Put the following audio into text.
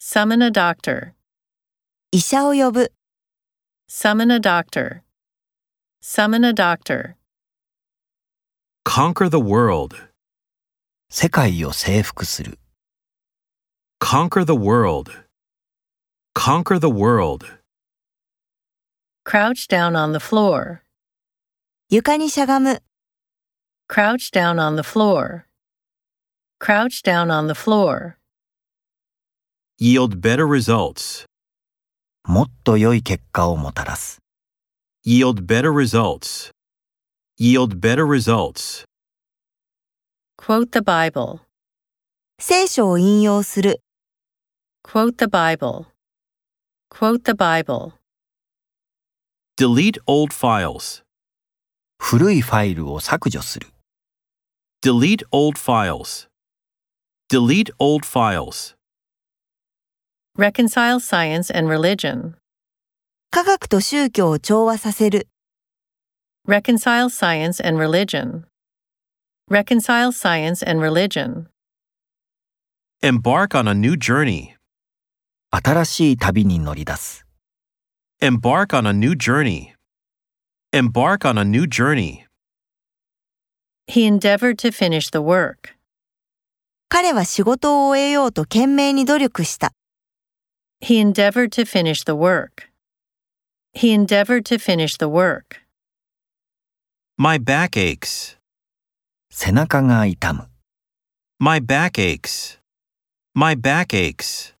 Summon a doctor. 医者を呼ぶ、 Summon a doctor. Summon a doctor. Conquer the world. 世界を征服する。 Conquer the world. Conquer the world. Crouch down on the floor. 床にしゃがむ、 Crouch down on the floor. Crouch down on the floor. Yield better results. もっと良い結果をもたらす。 Yield better results. Yield better results. Quote the Bible. 聖書を引用する、 Quote the Bible. Quote the Bible. Delete old files. 古いファイルを削除する。 Delete old files. Delete old files. Reconcile science and religion. 科学と宗教を調和させる、 Reconcile science and religion. Reconcile science and religion. Embark on a new journey. 新しい旅に乗り出す。 Embark on a new journey. Embark on a new journey. He endeavored to finish the work. 彼は仕事を終えようと懸命に努力した、 He endeavored to finish the work. He endeavored to finish the work. My back aches. 背中が痛む。 My back aches. My back aches.